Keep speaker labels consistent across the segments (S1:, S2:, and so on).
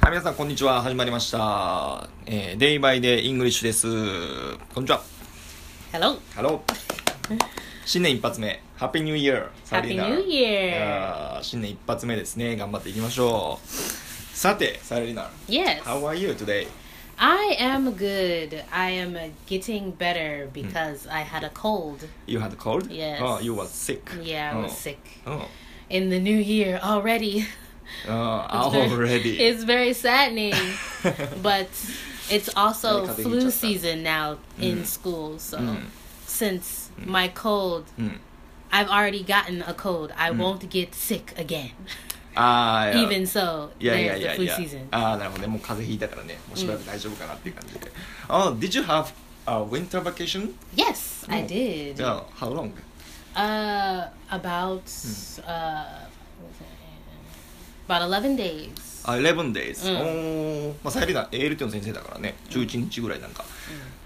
S1: はい、皆さん、こんにちは。始まりました。えー、デイバイデイイングリッシュです。こんにちは。
S2: Hello.
S1: ハロー。新年一発目。ハッピーニューイヤー。サリー
S2: Happy
S1: ナ
S2: New Year.
S1: あー新年一発目ですね。頑張っていきましょう。さて、サリーナ。
S2: Yes.
S1: How are you today?
S2: I am good. I am uh,
S1: Hmm.
S2: getting better because I had a cold.
S1: You had a cold?
S2: Yes.
S1: Oh, you was sick.
S2: Yeah, I was
S1: Oh.
S2: sick.
S1: Oh.
S2: In the new year already.
S1: Oh,
S2: It's very-
S1: already.
S2: It's very saddening. but it's also
S1: Yeah, 風邪ひいちゃった。
S2: flu season now
S1: Hmm.
S2: in school. So since my cold,
S1: うん。
S2: I've already gotten a
S1: Hmm.
S2: cold. I won't get sick again.
S1: あー
S2: Even so,
S1: いやいや
S2: there's
S1: い
S2: the
S1: やい
S2: flu
S1: や
S2: season.
S1: ああなるほどねもう風邪ひいたからねもうしばらく大丈夫かなっていう感じで、ああ Did you have a winter vacation?
S2: Yes, I
S1: Oh.
S2: did.
S1: じゃあ How long?
S2: Uh, about uh, about eleven days.
S1: あ11 days、
S2: うん
S1: おおまあサイリーナ ALT の先生だからね11日ぐらいなんか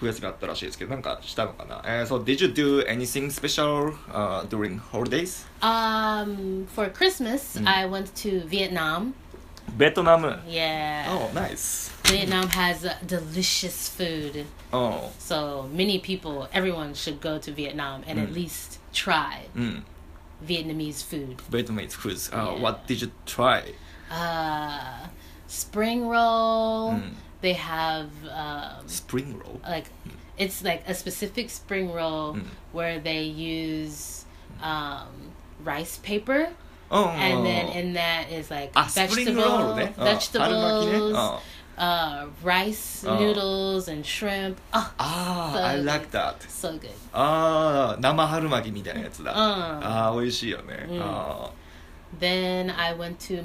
S1: 増やすがあったらしいですけどなんかしたのかな、えー、So did you do anything special、uh, during holidays?
S2: Um, for Christmas, I went to Vietnam.
S1: ベトナム
S2: Yeah,
S1: Oh nice
S2: Vietnam has uh, delicious food,
S1: Oh
S2: so many people, everyone should go to Vietnam and at least try
S1: うん、
S2: Vietnamese food.
S1: ベトナム foods、
S2: Yeah.
S1: uh, What did you try?
S2: Uh, spring roll.
S1: Mm.
S2: They have um,
S1: Spring roll?
S2: like it's like a specific spring roll
S1: Hmm.
S2: where they use um, rice paper
S1: Oh Ah,
S2: and then in that is like
S1: あ、スプリングロール
S2: vegetable,
S1: ね。うん春巻きね。うん
S2: vegetables
S1: あ
S2: uh, rice
S1: eh? Oh.
S2: noodles and shrimp oh そう
S1: あ、I like that.
S2: so good
S1: ああ、生春巻きみたいなやつだ。
S2: うん
S1: ああ、美味しいよね。
S2: ん
S1: あ
S2: then I went to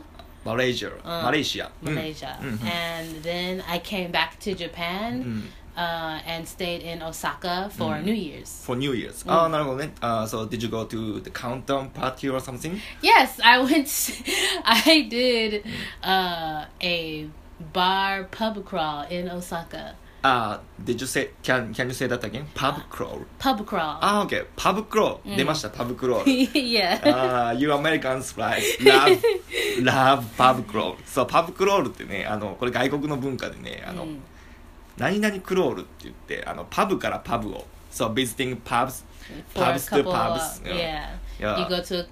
S1: ー マレーシア、マレーシア。うん
S2: Malaysia
S1: うんうん
S2: and then I came back to
S1: Hmm.
S2: Japan uh, and stayed in Osaka for New Year's
S1: For New Year's. ああ、なるほどね。ああ、so did you go to the countdown party or something?
S2: Yes, I went. I did uh, a bar pub crawl in Osaka.
S1: ああ、did you say, can, can you say that again? Pub crawl.
S2: Pub crawl.
S1: ああ、OK。パブクロール。出ました、パブクロール。
S2: yeah.
S1: ああ、You Americans like love, love パブクロール。そう、パブクロールってね、あの、これ外国の文化でね、あの、何々クロールって言って、あの、パブからパブを。そう、visiting pubs,
S2: For a
S1: pubs to
S2: couple.
S1: pubs.
S2: of, yeah.
S1: Yeah. Uh. Mm.
S2: You go to a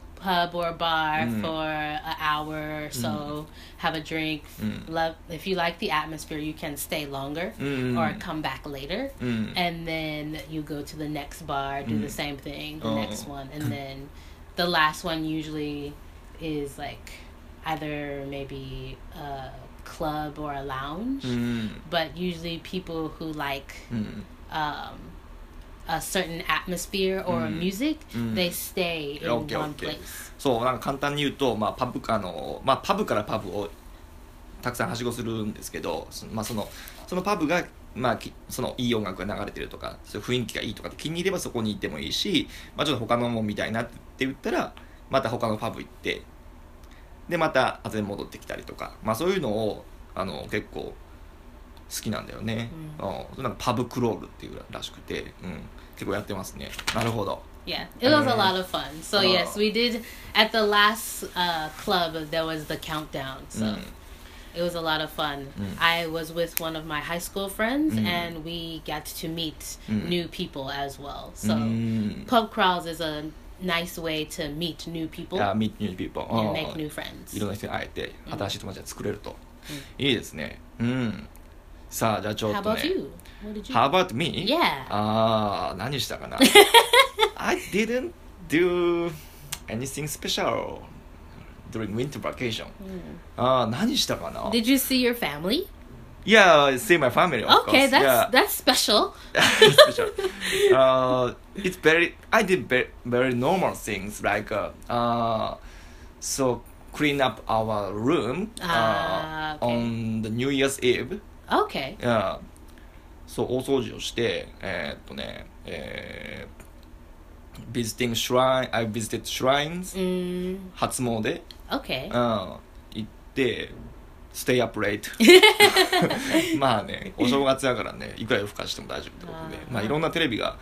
S2: pub or a bar for an hour or so, have a drink. Love if you like the atmosphere, you can stay longer
S1: Mm.
S2: or come back later,
S1: うん。
S2: and then you go to the next bar, do the same thing, the
S1: Oh.
S2: next one, and then the last one usually is like either maybe a club or a lounge.
S1: うん。
S2: But usually, people who like
S1: うん。
S2: um, a certain atmosphere or music, they stay in
S1: Mm. Okay,
S2: one
S1: okay.
S2: place.
S1: そう、なんか簡単に言うと、まあ、パブ、あの、まあ、パブからパブをたくさんはしごするんですけど、そまあ、その、そのパブが、まあ、きそのいい音楽が流れてるとかそういう雰囲気がいいとかって気に入ればそこに行ってもいいし、まあ、ちょっと他のもん見たいなって言ったらまた他のパブ行ってでまた後で戻ってきたりとか、まあ、そういうのをあの結構好きなんだよね、
S2: う
S1: うんそれなんかパブクロールっていうらしくて、うん、結構やってますねなるほど
S2: Yeah, it was a
S1: Uh,
S2: lot of fun. So
S1: oh.
S2: yes, we did at the last uh, club. There was the countdown, so
S1: Mm.
S2: it was a lot of fun. I was with one of my high school friends,
S1: Mm.
S2: and we got to meet new people as well. So
S1: うん、
S2: pub crawls is a nice way to meet new people
S1: あ meet new people
S2: and make
S1: うん
S2: new friends.
S1: いろんな人に会えて新しい友達が作れると、いいですねうんさあじゃあちょ
S2: How
S1: っと
S2: about
S1: ね
S2: you? What did you?
S1: How about me? Uh,
S2: Yeah.
S1: ああ、何したかな ?I didn't do anything special during winter vacation. ああ、何したかな
S2: Did you see your family?
S1: Yeah, I see my family, of
S2: Okay,
S1: course.
S2: that's
S1: yeah.
S2: that's special.
S1: special. Uh, it's very. I did very, very normal things like uh, uh, so clean up our room
S2: Ah,
S1: uh,
S2: okay.
S1: on the New Year's Eve.
S2: Okay.
S1: いやそう大掃除をしてえーっとねえー、visiting shrine I visited shrines、
S2: Mm,
S1: 初詣、
S2: okay.
S1: うん、行って stay up late まあねお正月だからねいくら夜更かしても大丈夫ってことで
S2: あー
S1: まあいろんなテレビが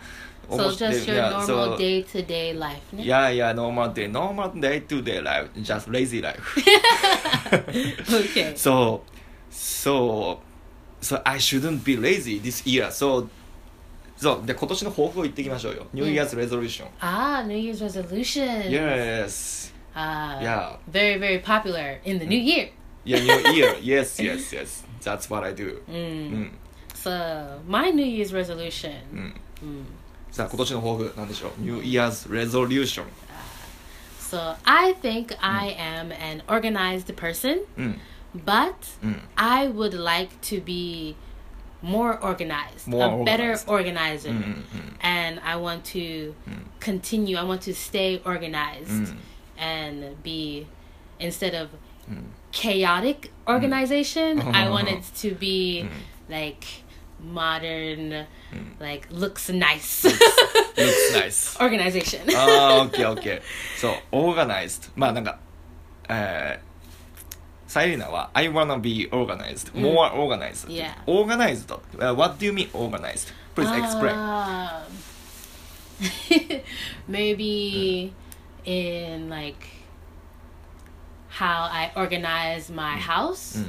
S2: So
S1: almost
S2: just
S1: they-
S2: your
S1: yeah,
S2: normal
S1: so-
S2: day to day life. ne?
S1: Yeah, yeah, normal day, normal day to day life, just lazy life.
S2: okay.
S1: so, so, so I shouldn't be lazy this year. So, so で今年の抱負を言っていきましょうよ。New Year's resolution.
S2: Ah, New Year's resolution.
S1: Yes.
S2: Ah.
S1: Yeah. Mm.
S2: Very very popular in the new year.
S1: Yeah, New Year. Yes, yes, yes. That's what I do. う
S2: Mm.
S1: ん。
S2: So my New Year's resolution.
S1: うん。
S2: Mm.
S1: さあ、今年の抱負、なんでしょう ?New Year's resolution.
S2: So I
S1: Mm.
S2: think I am an organized person,
S1: うん。
S2: but
S1: うん。
S2: I would like to be more organized,
S1: More
S2: a
S1: organized. Mm-hmm.
S2: better organizer.
S1: うん。うん。
S2: And I want to continue, I want to stay organized
S1: うん。
S2: and be, instead of
S1: うん。
S2: chaotic organization,
S1: Mm.
S2: I want it to be
S1: うん。
S2: like modern, like looks nice
S1: Mm. Looks nice. Oh,
S2: organization.
S1: ああ、オッケーオッケー。そう、オーガナイズまあなんか、えー、サイリーナは、I wanna be organized, more organized.、
S2: Yeah.
S1: organized.、what do you mean organized? Please explain.
S2: Ah. Um, maybe in like how I organize my house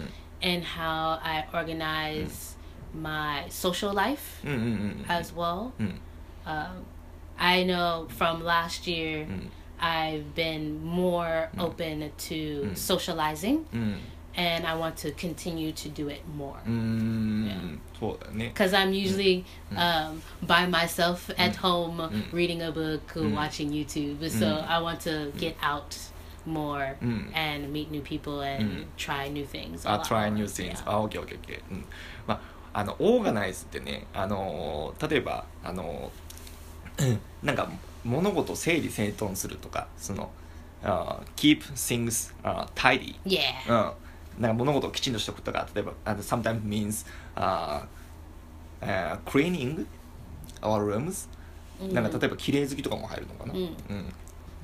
S2: and how I organize my social life
S1: うんうんうん
S2: as well.
S1: うん。
S2: Um, I know from last year
S1: うん。
S2: I've been more open to socializing
S1: うん。うん。
S2: and I want to continue to do it more.
S1: うーん。そうだね。
S2: because I'm usually
S1: Mm.
S2: um, by myself at home reading a book
S1: Mm.
S2: or watching YouTube. So I want to get out more
S1: Mm.
S2: and meet new people and try new things. a
S1: I
S2: lot
S1: try
S2: more.
S1: new things.
S2: Yeah.
S1: あ、オッケーオッケーオッケー。うん。まあ、あの、オーガナイズってね、あのー、例えば、あのー、なんか、物事を整理整頓するとか、その、あー keep things、uh, tidy.
S2: Yeah.
S1: うん。なんか物事をきちんとしておくとか、例えば、あの sometimes means、uh, uh, cleaning our rooms. なんか、例えば、綺麗好きとかも入るのかな。
S2: うん
S1: うん。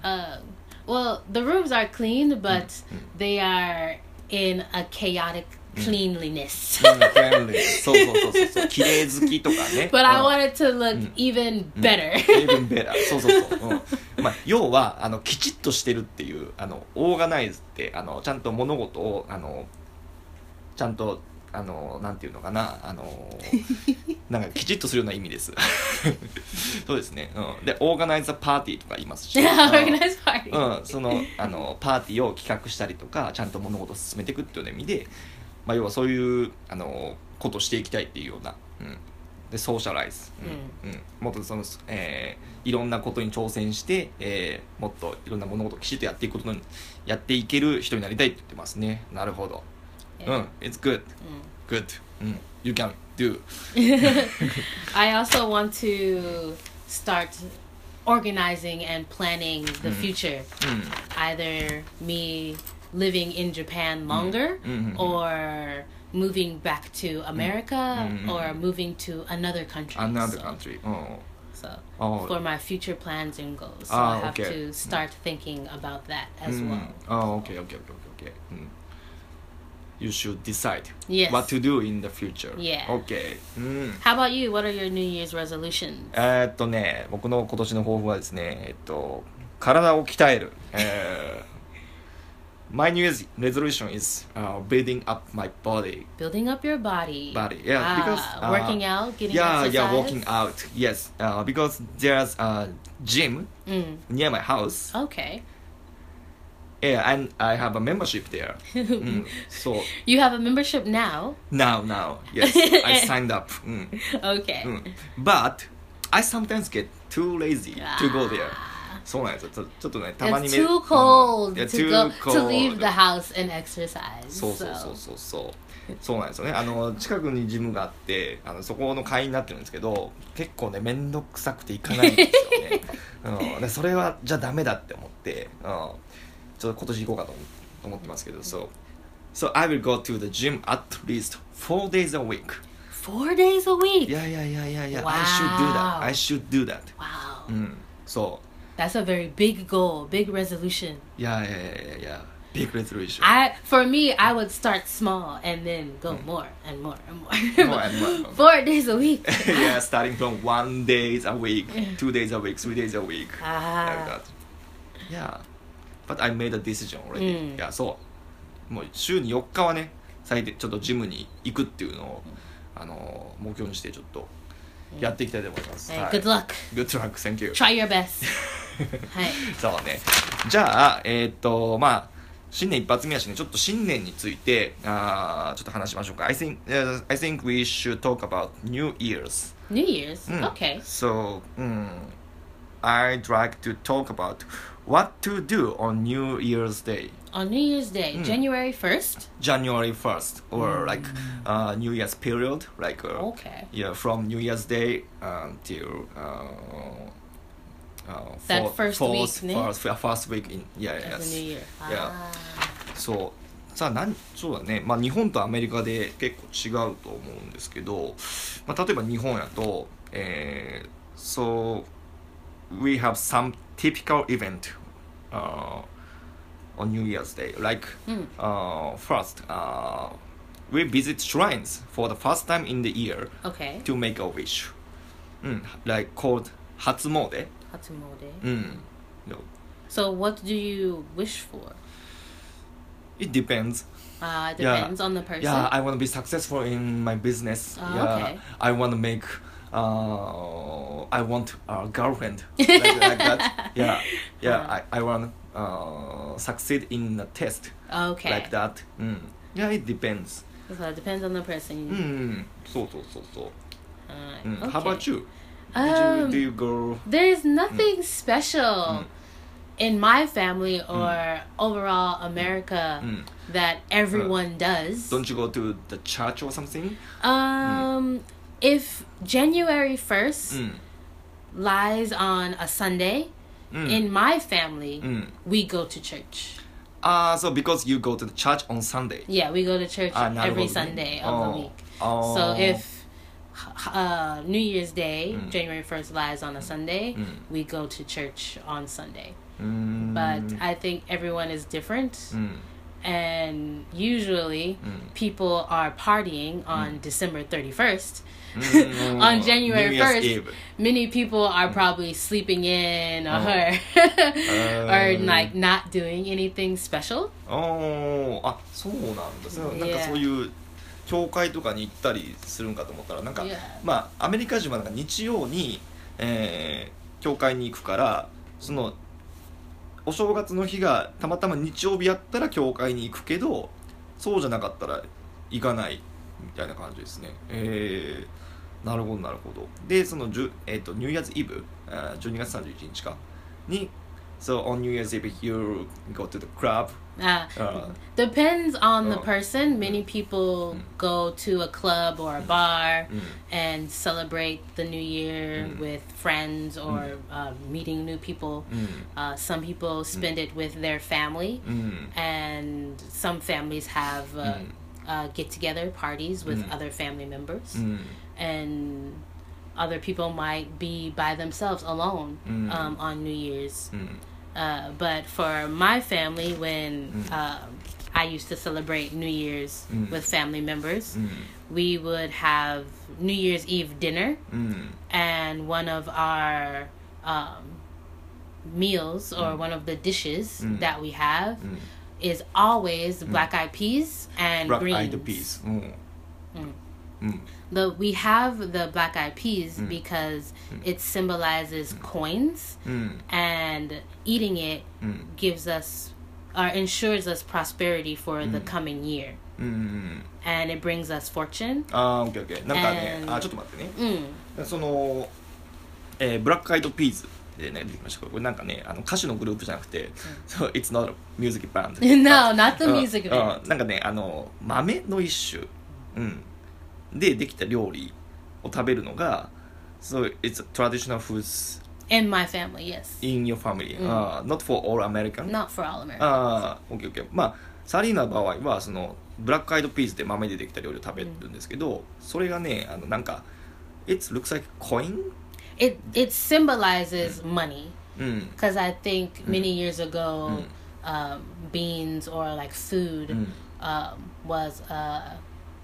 S2: Uh, well, the rooms are
S1: Mm.
S2: clean, but they are in a chaotic
S1: Mm.
S2: cleanliness.
S1: うん friendly そうそうそうそうそう。綺麗好きとかね。
S2: but
S1: う
S2: I
S1: ん
S2: want it to look even better.
S1: Oh. Mm. even better そうそう そう、うんまあ、要はあのきちっとしてるっていうあのオーガナイズってあのちゃんと物事をあのちゃんとあのなんていうのかなあのなんかきちっとするような意味です そうですね、うん、でオーガナイザーパーティーとか言います し、
S2: Organized
S1: Uh,
S2: party.
S1: うん、そのあのパーティーを企画したりとかちゃんと物事を進めていくっていうような意味で、まあ、要はそういうあのことをしていきたいっていうような、うん、でソーシャライズ、うんうん、もっとその、えーいろんなことに挑戦して、えーもっといろんな物事をきちっとやっていくことにやっていける人になりたいって言ってますねなるほど、
S2: Yeah.
S1: うん It's good
S2: Mm.
S1: good、うん、You can do
S2: I also want to start organizing and planning the
S1: Mm-hmm.
S2: future.
S1: う
S2: Either me living in
S1: Mm-hmm.
S2: Japan longer
S1: んうん、
S2: or moving back to America
S1: Mm.
S2: or moving to another country.
S1: Another
S2: So-
S1: country うん
S2: So,
S1: あー
S2: for my future plans and goals. So
S1: Ah,
S2: I have
S1: okay. Mm. Oh,
S2: to start thinking about that as
S1: うん
S2: well.
S1: ああ、OK、OK、OK、OK。うん。You should decide
S2: Yes.
S1: what to do in the future.
S2: Yeah.
S1: OK。うん。
S2: How about you? What are your New Year's resolutions?
S1: えーっとね、僕の今年の抱負はですね、えっと、体を鍛える。え ー My New Year's resolution is、uh, building up my body.
S2: Building up your body.
S1: Body, yeah,
S2: Ah,
S1: because, uh,
S2: working out, getting
S1: Yeah,
S2: exercise.
S1: yeah, walking out. Yes, uh, because there's a gym
S2: Mm.
S1: near my house.
S2: Okay.
S1: Yeah, and I have a membership there. うん、so
S2: You have a membership now.
S1: now, now, yes, I signed up. うん。
S2: Okay.
S1: うん、But I sometimes get too lazy to go there. そうなんですよ。ちょちょっとね、たまに
S2: It's
S1: め
S2: too cold
S1: うん Yeah,
S2: to
S1: too
S2: go
S1: cold.
S2: to leave the house and exercise.
S1: そうそうそうそうそう。そうなんですよね。あの近くにジムがあって、あのそこの会員になってるんですけど、結構ね面倒くさくて行かないんですよね。うん、でそれはじゃあダメだって思って、うん、ちょっと今年行こうかと思思ってますけど、そう。So I will go to the gym at least four days a week.
S2: Four days a week.
S1: Yeah, yeah, yeah, yeah, yeah. I should do that.
S2: Wow.
S1: I should do that.
S2: Wow.
S1: うん、そう。
S2: That's a very big goal, big resolution.
S1: Yeah, yeah, yeah, yeah, yeah. big red ratio.
S2: I for me, I would start small and then go more and more and more.
S1: Hmm. More and more and more.
S2: Four days a week.
S1: yeah, starting from one days a week, two days a week, three days a week, like
S2: Ah,
S1: that. Yeah, but I made a decision already.
S2: うん
S1: いや、そう。もう週に4日はね、最低ちょっとジムに行くっていうのを、あのー目標にしてちょっとやっていきたいと思います。
S2: Hey,
S1: はい
S2: good luck.
S1: Good luck, thank you.
S2: Try your best. はい。
S1: そうね。じゃあ、えーっと、まあ、新年一発目やしね、ちょっと新年について、あーちょっと話しましょうか。I think,、I think we should talk about New Year's.
S2: New Year's.
S1: うん
S2: Okay.
S1: So, うん、I'd like to talk about what to do on New Year's Day.
S2: On New Year's Day,
S1: Hmm.
S2: January 1st.
S1: January 1st or like uh, New Year's period, like uh,
S2: Okay.
S1: yeah, from New Year's Day until uh, uh,
S2: That
S1: fourth-
S2: first
S1: fourth,
S2: week ね
S1: first, yeah, first week in yeah,
S2: Of the
S1: yes.
S2: new year. Ah.
S1: Yeah.
S2: あ
S1: そうさあなんそうだね、まあ、日本とアメリカで結構違うと思うんですけど、まあ、例えば日本やと、えー、So we have some typical event、uh, on New Year's Day like、
S2: うん。
S1: uh, first uh, we visit shrines for the first time in the year
S2: ー Okay.
S1: to make a wish、うん、like called 初詣、
S2: 初詣。
S1: うん、No.
S2: So what do you wish for?
S1: It depends
S2: Uh, it
S1: Yeah.
S2: depends on the person.
S1: Yeah, I want to be successful in my business.
S2: Ah,
S1: yeah,
S2: okay.
S1: I want to make. Uh, I want a girlfriend like, like that. Yeah, yeah.
S2: Ah.
S1: I I want uh, succeed in a test
S2: okay.
S1: like that. Mm. Yeah, it depends.
S2: So it depends on the person.
S1: うん、そうそうそうそう。
S2: Uh,
S1: うん、
S2: okay.
S1: Mm. How about you? Did you
S2: Um,
S1: do you go?
S2: There's nothing special
S1: Mm.
S2: in my family or overall America
S1: Mm. Uh,
S2: that everyone does.
S1: Don't you go to the church or something?
S2: um, if January 1st
S1: うん、
S2: lies on a Sunday,
S1: うん、
S2: in my family,
S1: うん。
S2: we go to church.
S1: Mm. Ah, so because you go to the church on Sunday. Ah,
S2: Yeah, we go to church
S1: あなるほど
S2: every
S1: ね
S2: Sunday
S1: あー
S2: of the week.
S1: あー
S2: So if uh, New Year's Day,
S1: うん
S2: January 1st, lies on a Sunday,
S1: うん
S2: we go to church on Sunday.
S1: うーん
S2: But I think everyone is different.
S1: うん。
S2: And usually,
S1: Mm.
S2: people are partying on December 31st.
S1: Mm.
S2: on January
S1: New Year's
S2: 1st,
S1: Eve.
S2: many people are probably sleeping in or, or
S1: Um.
S2: like not doing anything special.
S1: あーあそうなんだそうなんか
S2: Yeah.
S1: そういう教会とかに行ったりするんかと思ったらなんか、
S2: Yeah.
S1: まあアメリカ人はなんか日曜に、えー教会に行くからそのお正月の日がたまたま日曜日やったら教会に行くけどそうじゃなかったら行かないみたいな感じですねえー、なるほどなるほどでその、じゅえー、とニューイヤーズイブあー12月31日かに So on New Year's Eve you go to the club
S2: Uh,
S1: Uh,
S2: depends on the
S1: uh,
S2: person. Many people go to a club or a bar
S1: うん
S2: and celebrate the new year
S1: Mm.
S2: with friends or uh, meeting new people.
S1: う
S2: Uh, some
S1: Mm.
S2: people spend it with their family,
S1: んうん、
S2: and some families have uh,
S1: Mm.
S2: uh, get together parties with
S1: Mm.
S2: other family
S1: う
S2: members.
S1: ん、
S2: and other people might be by themselves alone
S1: Mm.
S2: um, on New Year's.
S1: うん、
S2: Uh, but for my family, when
S1: Mm.
S2: um, I used to celebrate New Year's
S1: Mm.
S2: with family members,
S1: うん、
S2: we would have New Year's Eve dinner,
S1: うん、
S2: and one of our um, meals or one of the dishes
S1: Mm.
S2: that we have
S1: うん。
S2: is always black eyed peas and
S1: Black
S2: greens.
S1: Eyed Peas うん
S2: うん
S1: うん
S2: the we have the black eyed peas
S1: Mm.
S2: because it symbolizes coins
S1: うん
S2: and eating it
S1: うん、
S2: gives us or ensures us prosperity for
S1: Mm.
S2: the coming year
S1: うんうん、
S2: and it brings us fortune
S1: あーオッケーオッケーなんかね
S2: And-
S1: あちょっと待ってね
S2: mm.
S1: その、えーブラックアイドピーズで、ね、出てきましたけどこれなんかねあの歌手のグループじゃなくて、そう It's not a music band
S2: Mm. no not the
S1: うん
S2: music of
S1: うんなんかねあの豆の一種、うん、でできた料理を食べるのが So it's a traditional foods
S2: it in my family yes
S1: in your family、
S2: うん
S1: あー not for all American
S2: not for all americans
S1: ああ、オッケーオッケー。まあ、サリーナの場合は、その、ブラックアイドピーズで豆でできた料理を食べるんですけど、それがね、あの、なんか、It looks like coin?
S2: it it symbolizes money
S1: うん。
S2: because i think many years ago
S1: Mm.
S2: um, beans or like food
S1: うん
S2: um, was a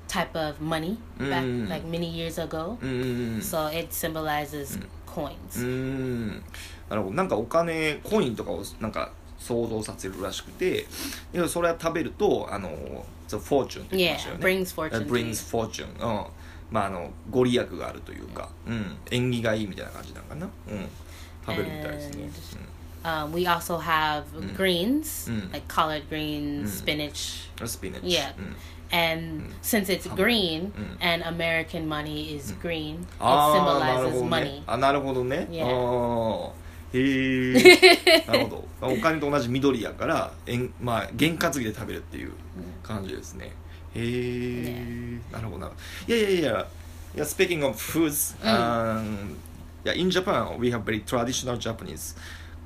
S2: type of money back
S1: Mm.
S2: like many years ago.
S1: うんうんうん
S2: So it symbolizes
S1: Mm.
S2: coins.
S1: うーんなるほどなんかお金コインとかをなんか想像させるらしくてでそれは食べるとあのフォーチュンって言い
S2: Yeah,
S1: ましたよね
S2: brings fortune. to you.
S1: brings fortune うんまああのご利益があるというか、うん、縁起がいいみたいな感じなのかな、うん、食べるみたいですね、
S2: Um, we also have greens,
S1: Mm.
S2: like collard greens,
S1: Mm.
S2: spinach.
S1: うん、スピナッチ、
S2: Yeah.
S1: うん、
S2: And since it's
S1: Humble.
S2: green
S1: Mm. Ah,
S2: and American money is green, it
S1: ああなる
S2: symbolizes
S1: ほどね
S2: money.
S1: あなるほどね、
S2: Yeah.
S1: ああへ えなるほどお金と同じ緑やからえんまあ験担ぎで食べるっていう感じですねへえ、なるほどなるほどいやいやいやいや speaking of foods、
S2: うん
S1: um, yeah, in Japan we have very traditional Japanese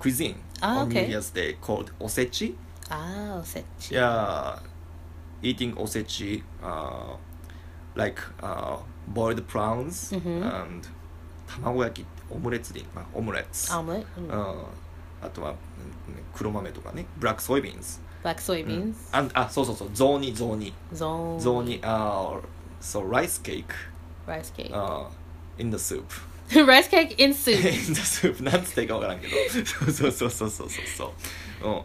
S1: cuisine
S2: Ah,
S1: on
S2: okay.
S1: New Year's Day called osechi
S2: Oh, such.
S1: yeah eating osechi uh, like uh, boiled prawns
S2: Mhm.
S1: and 卵焼きオムレツに、まあ、オムレツ、
S2: Omelet.
S1: うん
S2: Mm.
S1: あとはうん黒豆とかねブラックソイビンズ、
S2: Black
S1: うん
S2: soybeans.
S1: あんあそうそうそう雑煮雑煮
S2: Zone.
S1: 雑煮あそうライスケーキ
S2: Rice cake.
S1: あ in the soup
S2: Rice cake in
S1: in the
S2: soup.
S1: soup なんつっていいかわからんけどそうそうそうそうそうそうそう、うん、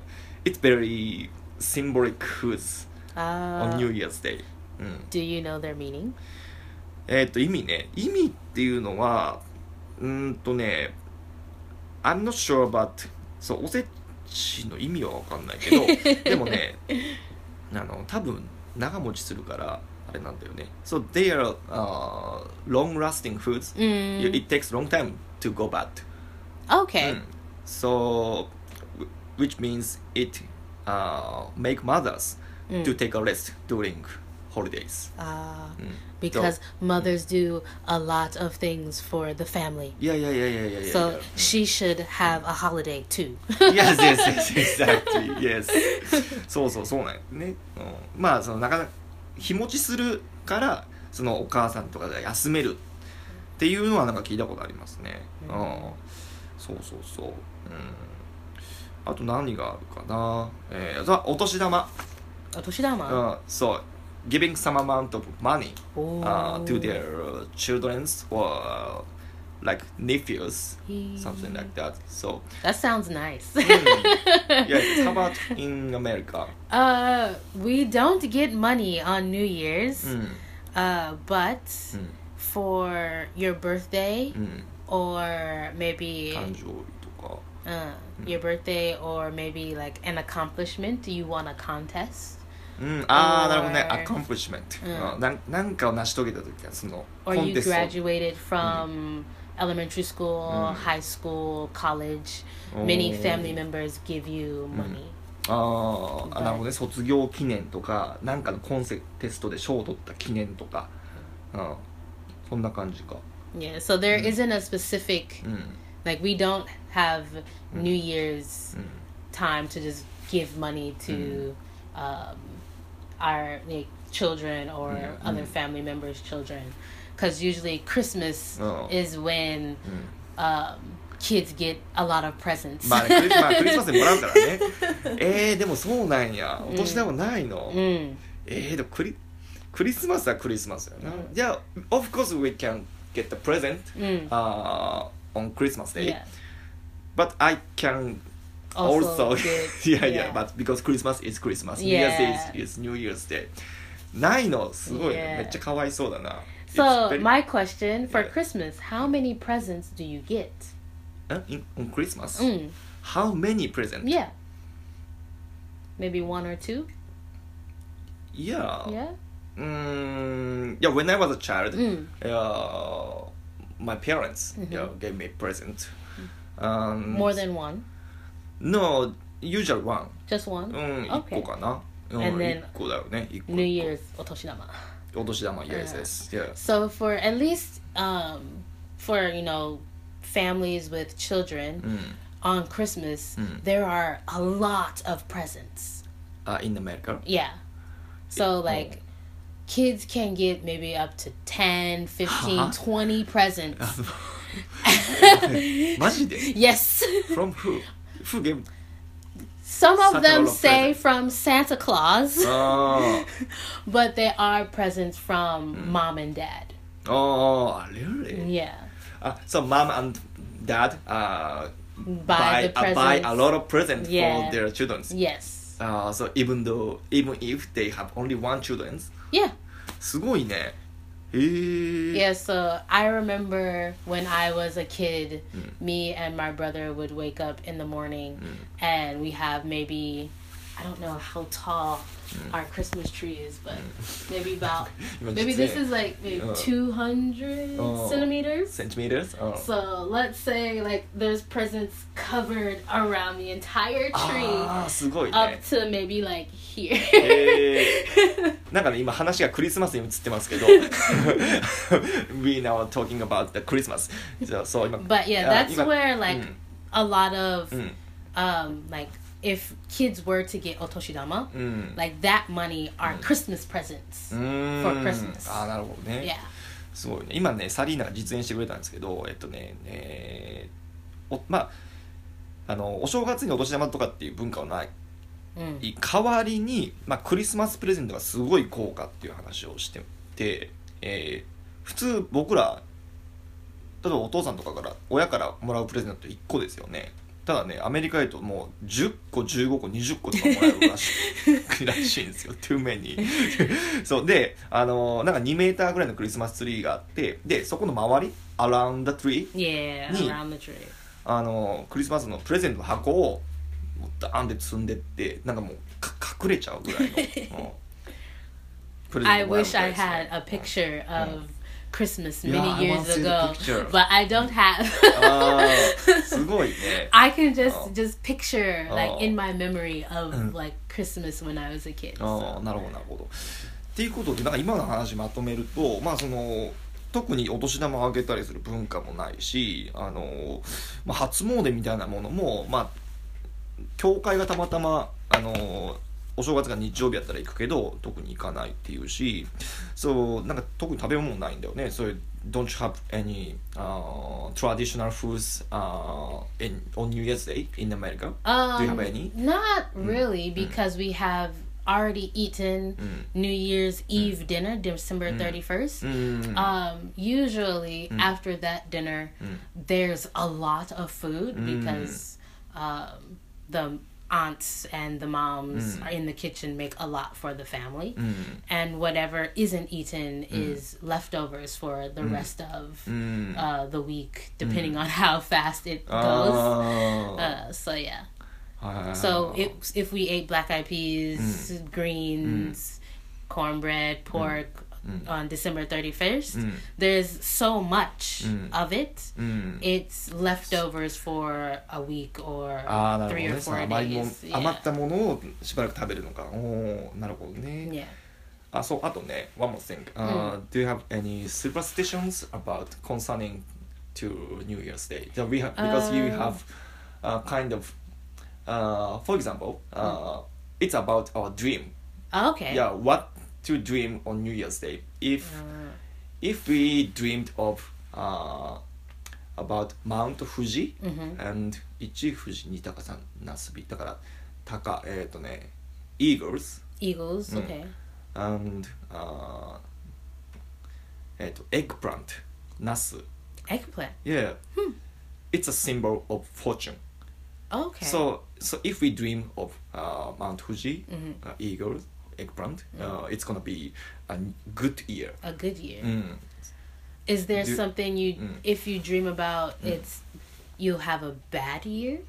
S1: It's very symbolic foods on
S2: Uh,
S1: New Year's Day、うん、
S2: do you know their meaning?
S1: えっ、と意味ね意味っていうのはうーんとね I'm not sure about そうおせちの意味は分かんない けどでもねあの多分長持ちするからあれなんだよね So they are、uh, long lasting foods、You-
S2: Mm.
S1: It takes long time to go bad、
S2: Okay.
S1: Mm. So w- which means it、uh, make mothers
S2: Mm.
S1: to take a rest during holidays、
S2: Ah,
S1: うん
S2: because mothers do a lot of things for the family.
S1: いやいやいやいやいやいや
S2: So she should have a holiday too.
S1: yes, yes, yes, exactly. Yes. そうそうそうなんよね。うん、まあそのなかなか日持ちするからそのお母さんとかが休めるっていうのはなんか聞いたことありますね。うん。そうそうそう。うん。あと何があるかな。えー、あとお年玉。う
S2: Otoshidama.
S1: ん。そう。Giving some amount of money、uh, to
S2: Oh.
S1: their childrens or like nephews,
S2: He-
S1: something like that. So.
S2: That sounds nice.
S1: yeah, how about in America?
S2: uh, we don't get money on New Year's,
S1: うん、
S2: uh, but
S1: うん、
S2: for your birthday
S1: うん、
S2: or maybe
S1: 誕生日とか。
S2: uh, your birthday or maybe like an accomplishment, you want a contest
S1: うん、ああ、
S2: Or-
S1: なるほどね、アコンプリシメント。
S2: うん
S1: うんなん、なんかを成し遂げた時は、その、コ
S2: or
S1: ン
S2: you
S1: テス
S2: graduated from elementary school,
S1: Mm.
S2: high school, college.
S1: ト。
S2: Many family members give you money.
S1: あーあ、なるほどね、卒業記念とか、なんかのコンテストで賞を取った記念とか。うん、そんな感じか。
S2: Yeah, so there not a specific
S1: うん、
S2: like we don't have New Year's time to just give money to um, our like, children or
S1: Mm,
S2: other
S1: mm.
S2: family members' children, because usually Christmas
S1: Oh.
S2: is when
S1: うん。
S2: um, kids get a lot of presents.
S1: まあ、ね、クリスま あクリスマスにもらうからね。えー、でもそうなんや。お年玉ないの、
S2: Mm.
S1: えー、でもクリクリスマスはクリスマスやな。じゃあ、of course we can get the present、
S2: Mm.
S1: uh, on Christmas Day.
S2: Yeah.
S1: But I can
S2: Also
S1: also,
S2: get-
S1: yeah, yeah,
S2: yeah.
S1: But because Christmas is Christmas, New
S2: Yeah.
S1: Year's Day is, is New Year's Day. ないのすごい、ねめ
S2: Yeah.
S1: っちゃかわいそうだな。
S2: So
S1: It's very-
S2: my question for
S1: Yeah.
S2: Christmas: How many presents do you get?
S1: え in- on Christmas?、
S2: Mm.
S1: How many presents?
S2: Yeah. Maybe one or two.
S1: Yeah.
S2: Yeah.
S1: うーん、yeah, when I was a child,、
S2: Mm.
S1: uh, my parents、
S2: Mhm.
S1: yeah, gave me a present. Um,
S2: More than one.
S1: No, usual one.
S2: Just one.
S1: うん、一
S2: okay.
S1: 個かな。うん、
S2: And then-
S1: 一個だよね。一個。
S2: New Year's otoshinama.
S1: お年玉、イエスです。Yeah.
S2: So for at least um, for you know families with children
S1: うん。
S2: on Christmas,
S1: Mm.
S2: there are a lot of presents.
S1: あ、in America?
S2: Yeah. So
S1: It-
S2: like kids can get maybe up to 10,
S1: Huh?
S2: 15, 20 presents.
S1: Uh. マジで
S2: yes.
S1: ?From who? Who gave
S2: Some of
S1: Santa
S2: them
S1: Claus
S2: say
S1: present.
S2: from Santa Claus,
S1: あ
S2: but they are presents from
S1: Mm.
S2: mom and dad.
S1: あああ really
S2: Yeah.
S1: あ so mom and dad uh,
S2: Buy the
S1: uh, buy a
S2: presents.
S1: lot of presents
S2: Yeah.
S1: for their children
S2: Yes.
S1: uh, so even though even if they have only one children
S2: Yeah.
S1: すごいねへえ
S2: Yeah, so I remember when I was a kid,
S1: Mm.
S2: me and my brother would wake up in the morning and we have maybe, I don't know how tall
S1: Mm.
S2: our Christmas tree is, but maybe about,
S1: 今
S2: maybe
S1: 実
S2: this
S1: 演
S2: is like maybe
S1: Uh,
S2: 200
S1: oh.
S2: centimeters.
S1: centimeters? Oh.
S2: So let's say like there's presents covered around the entire tree
S1: Ah. ああすごい
S2: up
S1: ね
S2: to maybe like here.
S1: へなんかね今話がクリスマスに移ってますけど We now talking about the Christmas so, so 今
S2: but yeah,
S1: Uh,
S2: that's
S1: even-
S2: where like
S1: Mm.
S2: a lot of
S1: うん
S2: um like if kids were to get otoshidama,
S1: うん
S2: like that money
S1: Mm.
S2: are Christmas presents.
S1: うーん
S2: for Christmas
S1: ああなるほどね
S2: Yeah.
S1: すごいね今ねサリーナが実演してくれたんですけどえっとねえーおまああのお正月にお年玉とかっていう文化はない
S2: Mm.
S1: 代わりに、まあ、クリスマスプレゼントがすごい高価っていう話をしてて、えー普通僕ら例えばお父さんとかから親からもらうプレゼントって1個ですよねただねアメリカへともう10個15個20個とかもらうらしいらしいんですよ too many そうであのーなんか2メーターぐらいのクリスマスツリーがあってでそこの周り around the tree
S2: Yeah,
S1: Neat.
S2: around the tree.
S1: あのクリスマスのプレゼントの箱をもうダーンって積んでってなんかもうか隠れちゃうぐらいの、うんプレ
S2: I
S1: もらうみ
S2: wish
S1: た
S2: I
S1: いですね
S2: had a picture of Christmas many
S1: Yeah, I wanna
S2: years
S1: see the
S2: ago,
S1: picture.
S2: but I don't have.
S1: あーすごいね
S2: I can just
S1: Oh.
S2: just picture like
S1: Oh.
S2: in my memory of
S1: Mm. Oh,
S2: like Christmas when I was a kid.
S1: あ
S2: so.
S1: あなるほどなるほどっていうことでなんか今の話まとめるとまあその特にお年玉をあげたりする文化もないしあの、まあ、初詣みたいなものもまあ教会がたまたまあのお正月が日曜日やったら行くけど特に行かないっていうしそうなんか特に食べ物ないんだよねそういう Don't you have any、traditional foods、in, on New Year's Day in America?
S2: Um,
S1: Do you have any? Mm.
S2: Not really, because we have already eaten
S1: Mm.
S2: New Year's Eve dinner, December 31st.
S1: うん、
S2: Um, usually,
S1: Mm.
S2: after that dinner, there's a lot of food
S1: Mm.
S2: because um, the aunts and the moms
S1: Mm.
S2: are in the kitchen make a lot for the family.
S1: うん、
S2: And whatever isn't eaten is leftovers for the rest of
S1: Mm. Oh.
S2: uh, the week, depending on how fast it goes.
S1: あー
S2: Uh, so, yeah.
S1: はい
S2: So
S1: Uh-huh.
S2: if if we ate black eyed peas,
S1: Mm.
S2: greens, cornbread, pork on December thirty first,
S1: Mm.
S2: there's so much
S1: Mm.
S2: of it.
S1: うん、
S2: It's leftovers for a week or
S1: ああなるほど
S2: three or
S1: ねその
S2: four
S1: 余りも
S2: days.
S1: 余
S2: Yeah.
S1: ったものをしばらく食べるのかおーなるほどね、
S2: yeah.
S1: あそうあとね one more thing、uh, do you have any superstitions about concerning to New Year's Day So we have, because you
S2: Uh.
S1: have uh, kind of uh, for example uh, it's about our dream
S2: Okay.
S1: yeah what to dream on New Year's Day if
S2: Uh,
S1: if we dreamed of uh, about Mount Fuji and 一富士二鷹山なすびだから鷹えっ、ー、とね eh, Eagles
S2: Eagles.
S1: Mm.
S2: Okay.
S1: and、uh, えっ、ー、と Eggplant ナス
S2: Eggplant.
S1: yeah、it's a symbol of fortune
S2: Okay.
S1: So, so if we dream of uh, Mount Fuji, uh, eagle, eggplant, uh, it's gonna be a good year.
S2: a good year.
S1: Mm.
S2: Is there
S1: Do-
S2: something you,
S1: Mm.
S2: if you dream about, it's you'll have a bad year,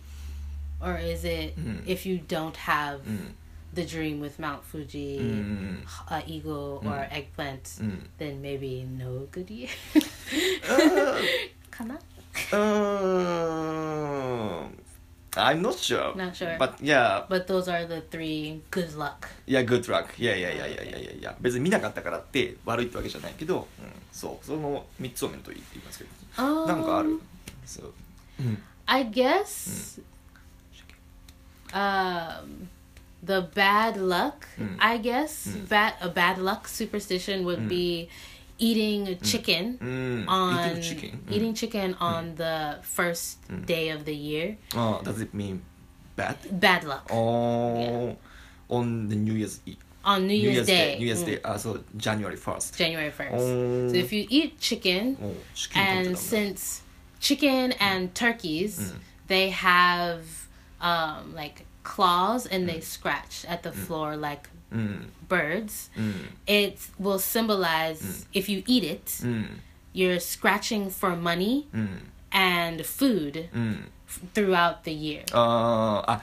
S2: or is it
S1: Mm.
S2: if you don't have
S1: Mm.
S2: the dream with Mount Fuji,
S1: Mm.
S2: uh, eagle, or eggplant,
S1: Mm.
S2: then maybe no good year?
S1: mm.
S2: Kana?
S1: Um, I'm not sure.
S2: Not sure.
S1: But yeah,
S2: But those are the three good luck.
S1: yeah, good luck. Yeah, yeah, yeah, yeah, yeah, yeah, yeah. 別に見なかったからって悪いってわけじゃないけど、うん、そう、その三つを見るといいって言いますけど、
S2: Um,
S1: Oh. なんかある。そう。うん。
S2: I guess um the bad luck,
S1: Mm.
S2: I guess bad a bad luck superstition would
S1: Hmm.
S2: be eating chicken
S1: うん。
S2: on
S1: Hmm. eating chicken. Hmm.
S2: eating chicken on the first day of the year.
S1: うん。あ、does it mean bad
S2: bad luck
S1: Oh. on on the New Year's E-
S2: on New,
S1: New
S2: Year's, Day.
S1: New Year's
S2: Mm.
S1: Day. Uh, so January first.
S2: January 1st.
S1: Oh.
S2: So if you eat chicken,
S1: Oh, chicken
S2: and since chicken and turkeys, they have um, like claws and they scratch at the floor like birds, it will symbolize if you eat it,
S1: Mm.
S2: you're scratching for money and food f- throughout the year.
S1: あーあ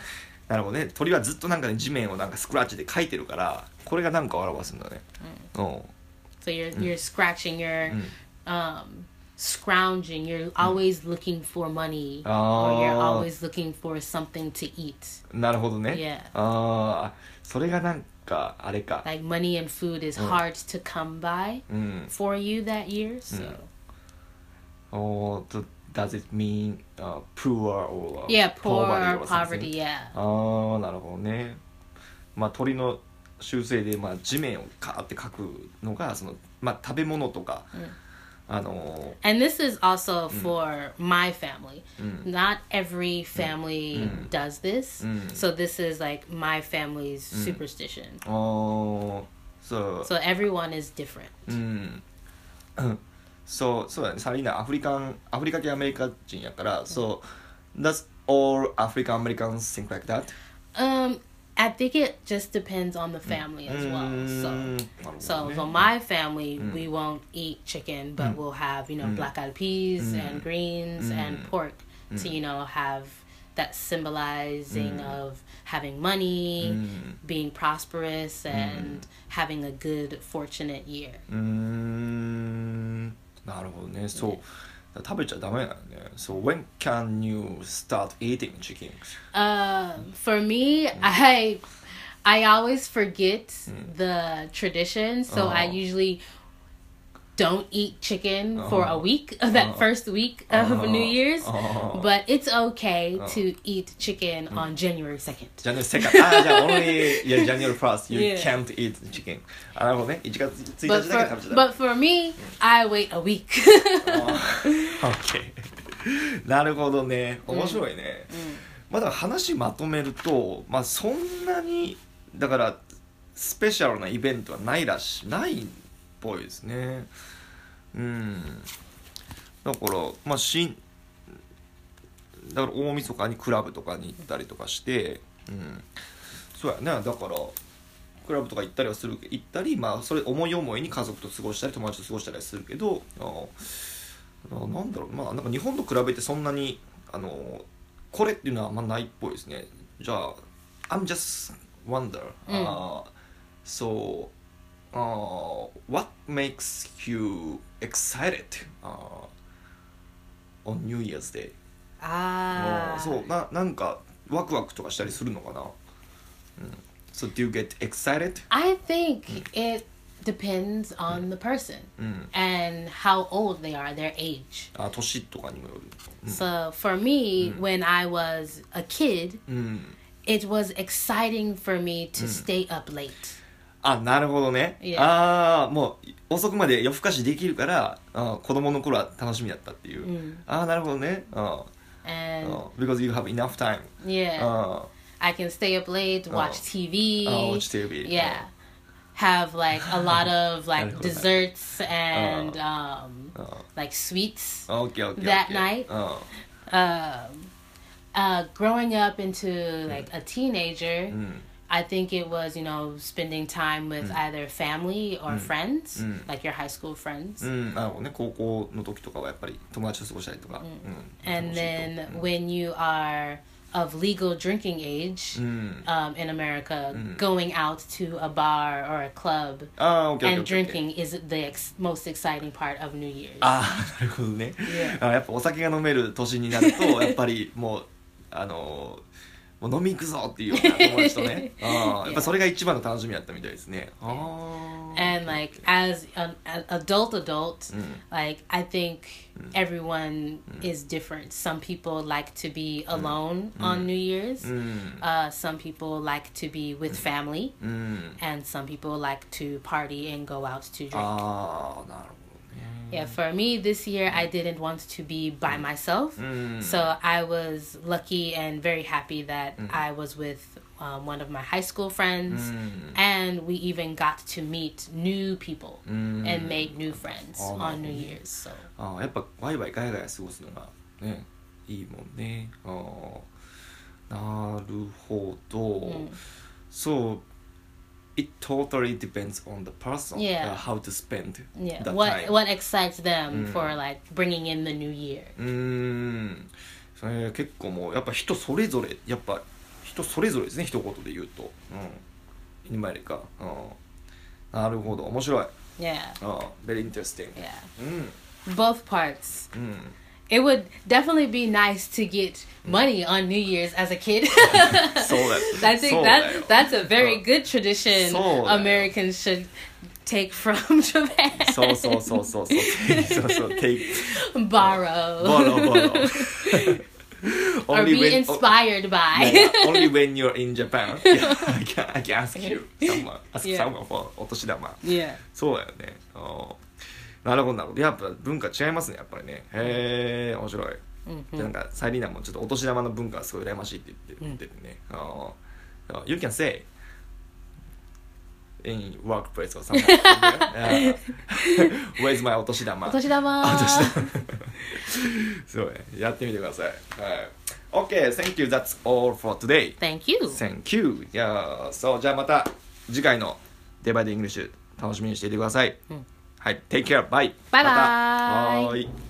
S1: なるほどね鳥はずっとなんかね地面をなんかスクラッチで描いてるからこれがなんかを表すんだねうん、
S2: So you're you're scratching, you're um, scrounging. You're always looking for money, or you're
S1: Oh.
S2: always looking for something to eat.
S1: なるほどね、
S2: Yeah.
S1: ああそれがなんかあれか
S2: Like money and food
S1: Mm.
S2: is hard to come by
S1: うん
S2: for you that year.
S1: Mm.
S2: So
S1: Oh, th- does it mean uh, poor or uh,
S2: yeah, poor
S1: poverty
S2: poverty,
S1: or something?
S2: yeah.
S1: ああなるほどねまあ鳥の習性で、まあ、地面をカーって描くのがその、まあ、食べ物とか、あの
S2: And this is also
S1: Mm.
S2: for my family. Not every family
S1: Mm.
S2: does this. So this is like my family's
S1: Mm.
S2: superstition.
S1: ーおーそう
S2: So everyone is different.
S1: Mm. うんそうそうだねサリーナアフリカンアフリカ系アメリカ人やから、そう Does all African Americans think like that?
S2: Um, I think it just depends on the family as
S1: う
S2: well.
S1: ん
S2: So,
S1: なるほどね
S2: so for my family, we won't eat chicken, but we'll have you know black eyed peas and greens and pork to you know have that symbolizing of having money, being prosperous, and having a good, fortunate year.
S1: うーんなるほどねそう食べちゃダメなのね So when can you start eating chicken?
S2: Uh, for me, I I always forget the tradition, so I
S1: Oh.
S2: usually don't eat chicken for a week of that first week of
S1: Oh.
S2: New Year's.
S1: Oh.
S2: But it's okay to eat chicken on January second.
S1: じゃあね、世界、ああ、じゃあ、only, yeah, January 1st, you
S2: Yeah.
S1: can't eat chicken. あ、なるほどね。1月1
S2: But
S1: 日だけ食
S2: for
S1: べちゃダメ。
S2: but for me, I wait a week.
S1: Oh. オッケーなるほどね面白いね、まあだから話まとめるとまあそんなにだからスペシャルなイベントはないらしないっぽいですねうんだからまあ新だから大晦日にクラブとかに行ったりとかしてうんそうやねだからクラブとか行ったりはする行ったりまあそれ思い思いに家族と過ごしたり友達と過ごしたりはするけどあのあなんだろうまあなんか日本と比べてそんなにあのこれっていうのはあんまないっぽいですねじゃあ「I'm just wonder、
S2: うん
S1: あー so、uh, what makes you excited、uh, on New Year's Day? あ
S2: ah,
S1: ーそうななんかワクワクとかしたりするのかな、うん、So do you get excited?
S2: I think it depends on the person
S1: うん、
S2: and how old they are, their age.
S1: あ年とかにもよる
S2: So for me, when I was a kid,
S1: うん、うん、
S2: it was exciting for me to stay up late.
S1: あなるほどね、
S2: Yeah.
S1: ああもう遅くまで夜更かしできるからあー子供の頃は楽しみだったっていう、
S2: うん
S1: ああなるほどねあ
S2: And
S1: あ because you have enough time
S2: yeah,
S1: あ
S2: I can stay up late, watch TV.
S1: ーあー watch TV
S2: Yeah. Have like a lot of like
S1: Alright.
S2: desserts and um,
S1: あー
S2: like sweets.
S1: あー OK OK
S2: That night.
S1: あ
S2: Um, uh, growing up into like a teenager,
S1: ーうん、
S2: I think it was, you know, spending time with either family or friends,
S1: Mm.
S2: like your high school friends.
S1: うん、なるほどね高校の時とかはやっぱり友達と過ごしたりとか、うん
S2: And
S1: 楽しい
S2: then
S1: と
S2: when you are of legal drinking age
S1: うんうん、
S2: um, in America, going out to a bar or a club
S1: ああ OK
S2: and drinking is the ex- most exciting part of New Year's.
S1: ああなるほどね、
S2: Yeah.
S1: あやっぱお酒が飲める年になると やっぱりもうあのーもう飲み行くぞっていうような友達と ねああやっぱそれが一番の楽しみだったみたいですねああ
S2: and like as an, an adult adult
S1: うん、
S2: like i think everyone is different some people like to be alone on new year's
S1: Mm. うん、
S2: uh, some people like to be with family
S1: うん、Ah.
S2: and some people like to party and go out to drink
S1: ああなる
S2: Yeah, for me this year, I didn't want to be by myself.
S1: うん。
S2: So I was lucky and very happy that
S1: Mm.
S2: I was with um, one of my high school friends,
S1: ん。
S2: and we even got to meet new people
S1: うん。
S2: and make new friends
S1: Oh,
S2: on New
S1: nice.
S2: Year's. So
S1: ああやっぱワイワイガヤガヤ過ごすのがねいいもんねああなるほど、
S2: Mm.
S1: So it totally depends on the person
S2: Yeah.
S1: uh, how to spend
S2: yeah,
S1: that
S2: what
S1: time
S2: what excites them
S1: Mm.
S2: for like bringing in the new year?
S1: うーんそれ結構もうやっぱ人それぞれやっぱ人それぞれですね一言で言うとうん今よりか、うん、なるほど面白い
S2: Yeah,
S1: ああ very interesting
S2: yeah,
S1: う
S2: both parts.
S1: んうん
S2: It would definitely be nice to get
S1: Mm.
S2: money on New Year's as a kid.
S1: そうだよ
S2: I think
S1: そうだよ
S2: that that's a very
S1: Uh,
S2: good tradition
S1: so that-
S2: Americans should take from Japan.
S1: そうそうそうそうそうそうそう take
S2: borrow.
S1: borrow borrow
S2: or be
S1: when-
S2: inspired
S1: oh,
S2: by.
S1: yeah, only when you're in Japan yeah, I can I can ask you someone ask
S2: Yeah.
S1: someone for お年玉
S2: yeah.
S1: そうだよねあーなるほどなるほどやっぱ文化違いますねやっぱりねへえ面白い、なんかサイリーナもちょっとお年玉の文化はすごい羨ましいって言って言ってるね、ああ You can say in workplace or something Yeah. where's my お年玉 あどう
S2: お年玉。
S1: したすごいねやってみてください、はい、OK thank you that's all for today
S2: Thank you.
S1: Thank you いやーそうじゃあまた次回のデバイデイングリッシュ楽しみにしていてください、はい Take care bye
S2: Bye bye
S1: またはーい